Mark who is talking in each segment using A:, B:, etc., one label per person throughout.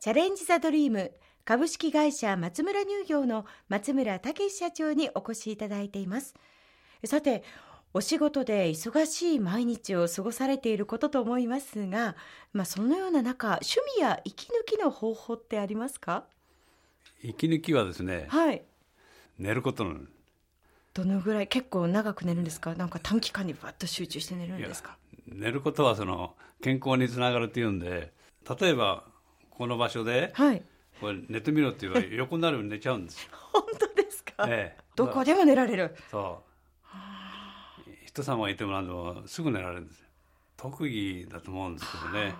A: チャレンジ・ザ・ドリーム株式会社松村乳業の松村武社長にお越しいただいていますさてお仕事で忙しい毎日を過ごされていることと思いますが、まあ、そのような中趣味や息抜きの方法ってありますか
B: 息抜きはですね、
A: はい
B: 寝ることなん
A: どのぐらい結構長く寝るんですかなんか短期間にバッと集中して寝るん
B: いや
A: ですか
B: 寝ることはその健康につながるっていうんで例えばこの場所で
A: はい
B: これ寝てみろって言 われ横になるように寝ちゃうんですよ、
A: 本当ですか、
B: ええ
A: どこでも寝られる
B: そう人様がいてもなんでもすぐ寝られるんですよ特技だと思うんですけどね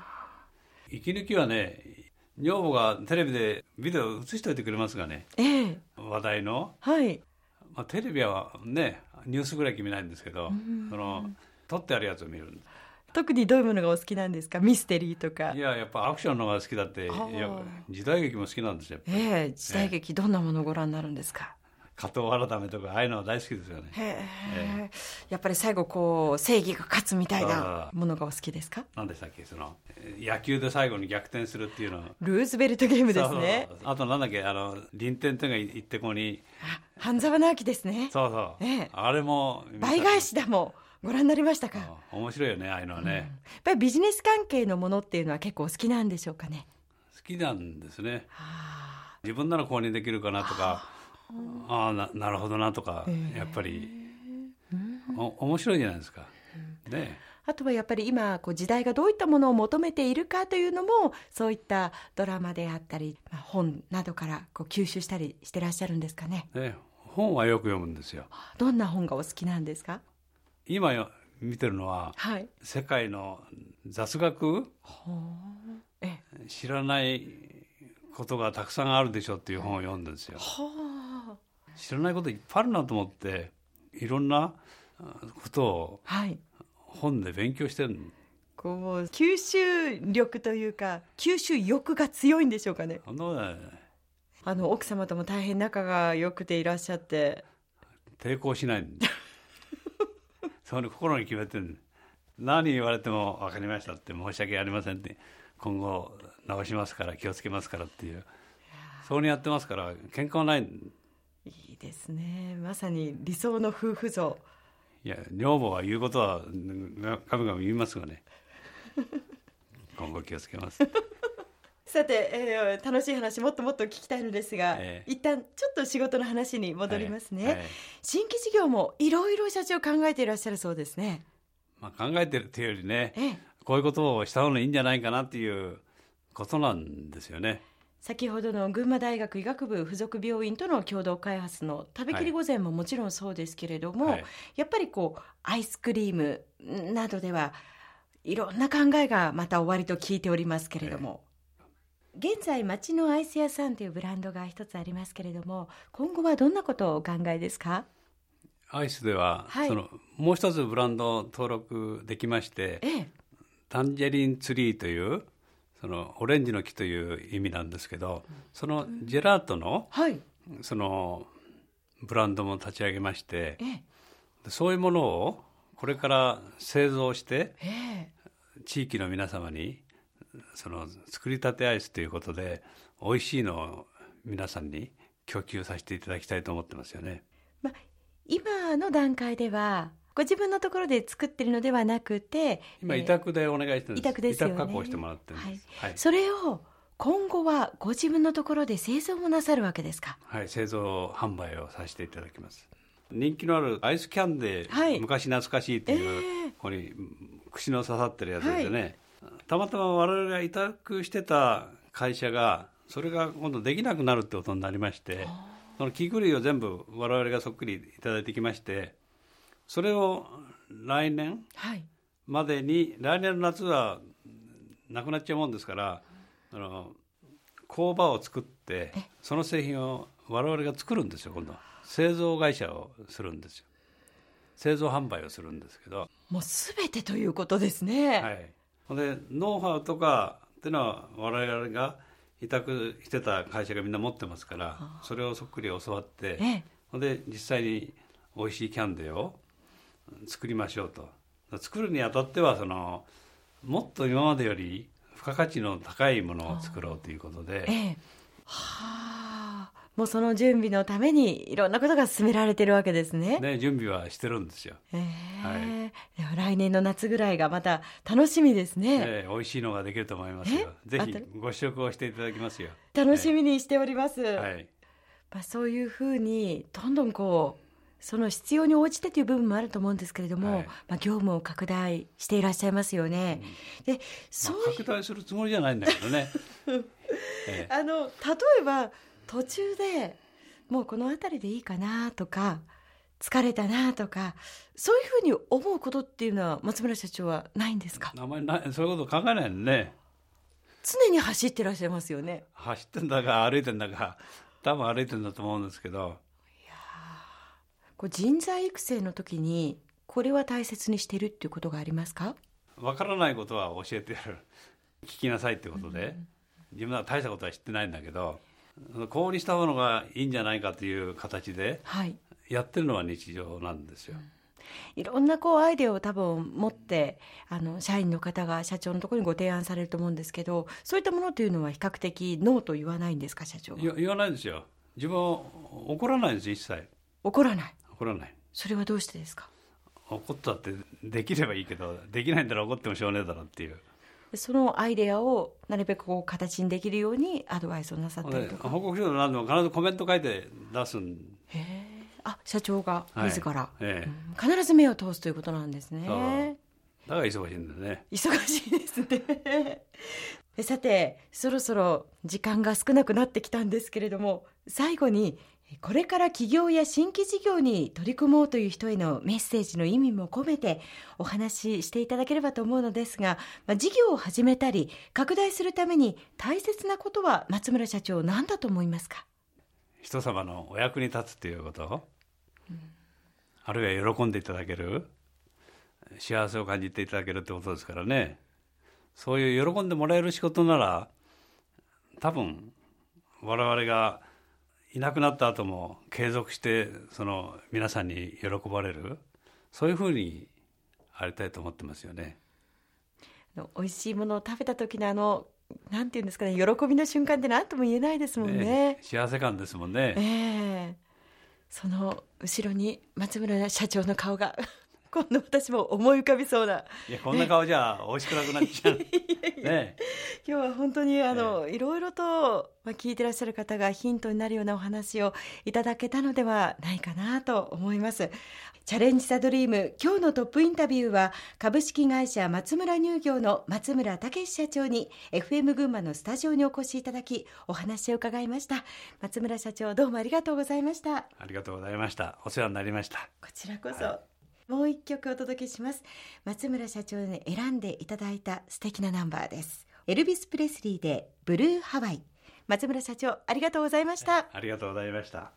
B: 息抜きはね女房がテレビでビデオ映しておいてくれますがね
A: ええ
B: 話題の、
A: はい
B: まあ、テレビはねニュースぐらい決めないんですけど
A: ん
B: その撮ってあるやつを見るんです
A: 特にどういうものがお好きなんですかミステリーとか
B: いややっぱアクションの方が好きだってい
A: あー
B: や時代劇も好きなんですよ
A: ええ時代劇どんなものをご覧になるんですか、
B: 加藤改めとかああいうのは大好きですよね
A: へえやっぱり最後こう正義が勝つみたい
B: あ
A: な
B: あ
A: ものがお好きですか
B: 何でしたっけそのえー野球で最後に逆転するっていうのは
A: ルーズベルトゲームですね
B: そうそうあとなんだっけあの臨天とか行ってこに
A: あ半沢直樹ですね
B: そうそう、
A: ええ
B: あれも
A: 倍返
B: し
A: しだもんご覧になりましたか、やっ
B: 面白いよねああいうのはね、
A: ぱりビジネス関係のものっていうのは結構お好きなんでしょうかね
B: 好きなんですね
A: ああ
B: 自分なら購入できるかなとかああななるほどなとか、
A: ええ
B: やっぱりお面白いじゃないですか、ね
A: あとはやっぱり今こう時代がどういったものを求めているかというのもそういったドラマであったり、まあ、本などからこう吸収したりしてらっしゃるんですかね
B: ね本はよく読むんですよ
A: どんな本がお好きなんですか
B: 今よ見てるのは
A: はい
B: 世界の雑学
A: え
B: 知らないことがたくさんあるでしょっていう本を読んだんですよ
A: は
B: 知らないこといっぱいあるなと思っていろんなあことを
A: あはい
B: 本で勉強してるの
A: こう吸収力というか吸収欲が強いんでしょうかね
B: そんなことない
A: あの奥様とも大変仲が良くていらっしゃって
B: 抵抗しないんでそれ心に決めてる何言われても分かりましたって申し訳ありませんって今後直しますから気をつけますからっていうそうにやってますから喧嘩はない
A: いいですねまさに理想の夫婦像
B: いや女房は言うことはうんガブガブ言います がね今後気をつけます
A: さて、えー楽しい話もっともっと聞きたいのですが、
B: ええ
A: 一旦ちょっと仕事の話に戻りますね、
B: はいはい
A: 新規事業もいろいろ社長考えていらっしゃるそうですね
B: まあ、考えてるっていうよりね、
A: ええ
B: こういうことをした方がいいんじゃないかなっていうことなんですよね。
A: 先ほどの群馬大学医学部附属病院との共同開発の食べきり御膳ももちろんそうですけれども、
B: はい
A: やっぱりこうアイスクリームなどではいろんな考えがまた終わりと聞いておりますけれども、現在町のアイス屋さんというブランドが一つありますけれども今後はどんなことをお考えですか
B: アイスでは、
A: はい
B: そのもう一つブランドを登録できまして
A: ええ
B: タンジェリンツリーというそのオレンジの木という意味なんですけどそのジェラートの
A: はい
B: そのブランドも立ち上げまして
A: ええ
B: そういうものをこれから製造して
A: ええ
B: 地域の皆様にその作りたてアイスということで美味しいのを皆さんに供給させていただきたいと思ってますよね。
A: まあ、今の段階ではご自分のところで作ってるのではなくて
B: 今
A: ええ
B: 委託でお願いしてるんです。
A: 委託ですよね
B: 委託加工してもらってるんです。はい。
A: それを今後はご自分のところで製造もなさるわけですか
B: はい、製造販売をさせていただきます。人気のあるアイスキャンで、
A: はい
B: 昔懐かしいって
A: え
B: いう、
A: え
B: ここにうん串の刺さってるやつですよね、たまたま我々が委託してた会社がそれが今度できなくなるってことになりましてその器具類を全部我々がそっくりいただいてきましてそれを来年
A: はい
B: までに来年の夏はなくなっちゃうもんですからあの工場を作ってその製品を我々が作るんですよ今度は製造会社をするんですよ製造販売をするんですけど、
A: もう全てということですね、
B: はい、ほんでノウハウとかっていうのは我々が委託してた会社がみんな持ってますからそれをそっくり教わって
A: ええ
B: ほんで実際に美味しいキャンデーを作りましょうと作るにあたってはそのもっと今までより付加価値の高いものを作ろうということで、
A: ええ、はあもうその準備のためにいろんなことが進められてるわけですね。
B: ね、準備はしてるんですよ。
A: ええでは来年の夏ぐらいがまた楽しみですね。
B: ええ美味しいのができると思いますよ。
A: え
B: ぜ
A: あ
B: ひ
A: と
B: ご試食をしていただきますよ。
A: 楽しみにしております。
B: はい、
A: まあ、そういうふうにどんどんこうその必要に応じてという部分もあると思うんですけれども、
B: はい
A: まあ、業務を拡大していらっしゃいますよね。でそ
B: ま
A: う
B: あ拡大するつもりじゃないんだけど ね。ええ
A: あの例えば途中でもうこの辺りでいいかなとか疲れたなとかそういうふうに思うことっていうのは松村社長はないんですか
B: あんまりないそういうこと考えないのね。
A: 常に走ってらっしゃいますよね。
B: 走ってんだか歩いてんだか多分歩いてんだと思うんですけど、
A: こう人材育成の時にこれは大切にしてるっていうことがありますか
B: わからないことは教えてやる。 聞きなさいってことで、自分は大したことは知ってないんだけど、こうにしたものがいいんじゃないかという形で
A: はい
B: やってるのは日常なんですよ。
A: いろんなこうアイデアを多分持ってあの社員の方が社長のところにご提案されると思うんですけどそういったものというのは比較的ノーと言わないんですか社長は
B: 言わ言わないですよ。自分は怒らないんです一切。
A: 怒らない
B: 怒らない。
A: それはどうしてですか
B: 怒ったってできればいいけどできないんだら怒ってもしょうがねえだろっていう
A: そのアイデアをなるべくこう形にできるようにアドバイスをなさったり
B: で
A: とか、
B: 報告書でも何でも必ずコメント書いて出すん
A: へえあ社長が
B: はい
A: 自ら、
B: え
A: うん必ず目を通すということなんですね
B: そだから忙しいんだよね
A: 忙しいですね えさてそろそろ時間が少なくなってきたんですけれども最後にえこれから起業や新規事業に取り組もうという人へのメッセージの意味も込めてお話ししていただければと思うのですが、まあ、事業を始めたり拡大するために大切なことは松村社長何だと思いますか
B: 人様のお役に立つということ、あるいは喜んでいただける幸せを感じていただけるってことですからねそういう喜んでもらえる仕事なら多分我々がいなくなった後も継続してその皆さんに喜ばれるそういうふうにありたいと思ってますよね。
A: あの美味しいものを食べた時のあのなんていうんですかね喜びの瞬間って何とも言えないですもんね
B: ね幸せ感ですもんね。
A: ええその後ろに松村社長の顔が 今度私も思い浮かびそうない
B: やこんな顔じゃ美味しくなくなっちゃう。ね
A: 今日は本当にあの、いろいろと、まあ、聞いてらっしゃる方がヒントになるようなお話をいただけたのではないかなと思いますチャレンジサドリーム今日のトップインタビューは株式会社松村乳業の松村武史社長に FM 群馬のスタジオにお越しいただきお話を伺いました松村社長どうもありがとうございました
B: ありがとうございました。お世話になりました。
A: こちらこそ、もう一曲お届けします松村社長に選んでいただいた素敵なナンバーですエルビス・プレスリーでブルーハワイ松村社長ありがとうございました
B: ありがとうございました。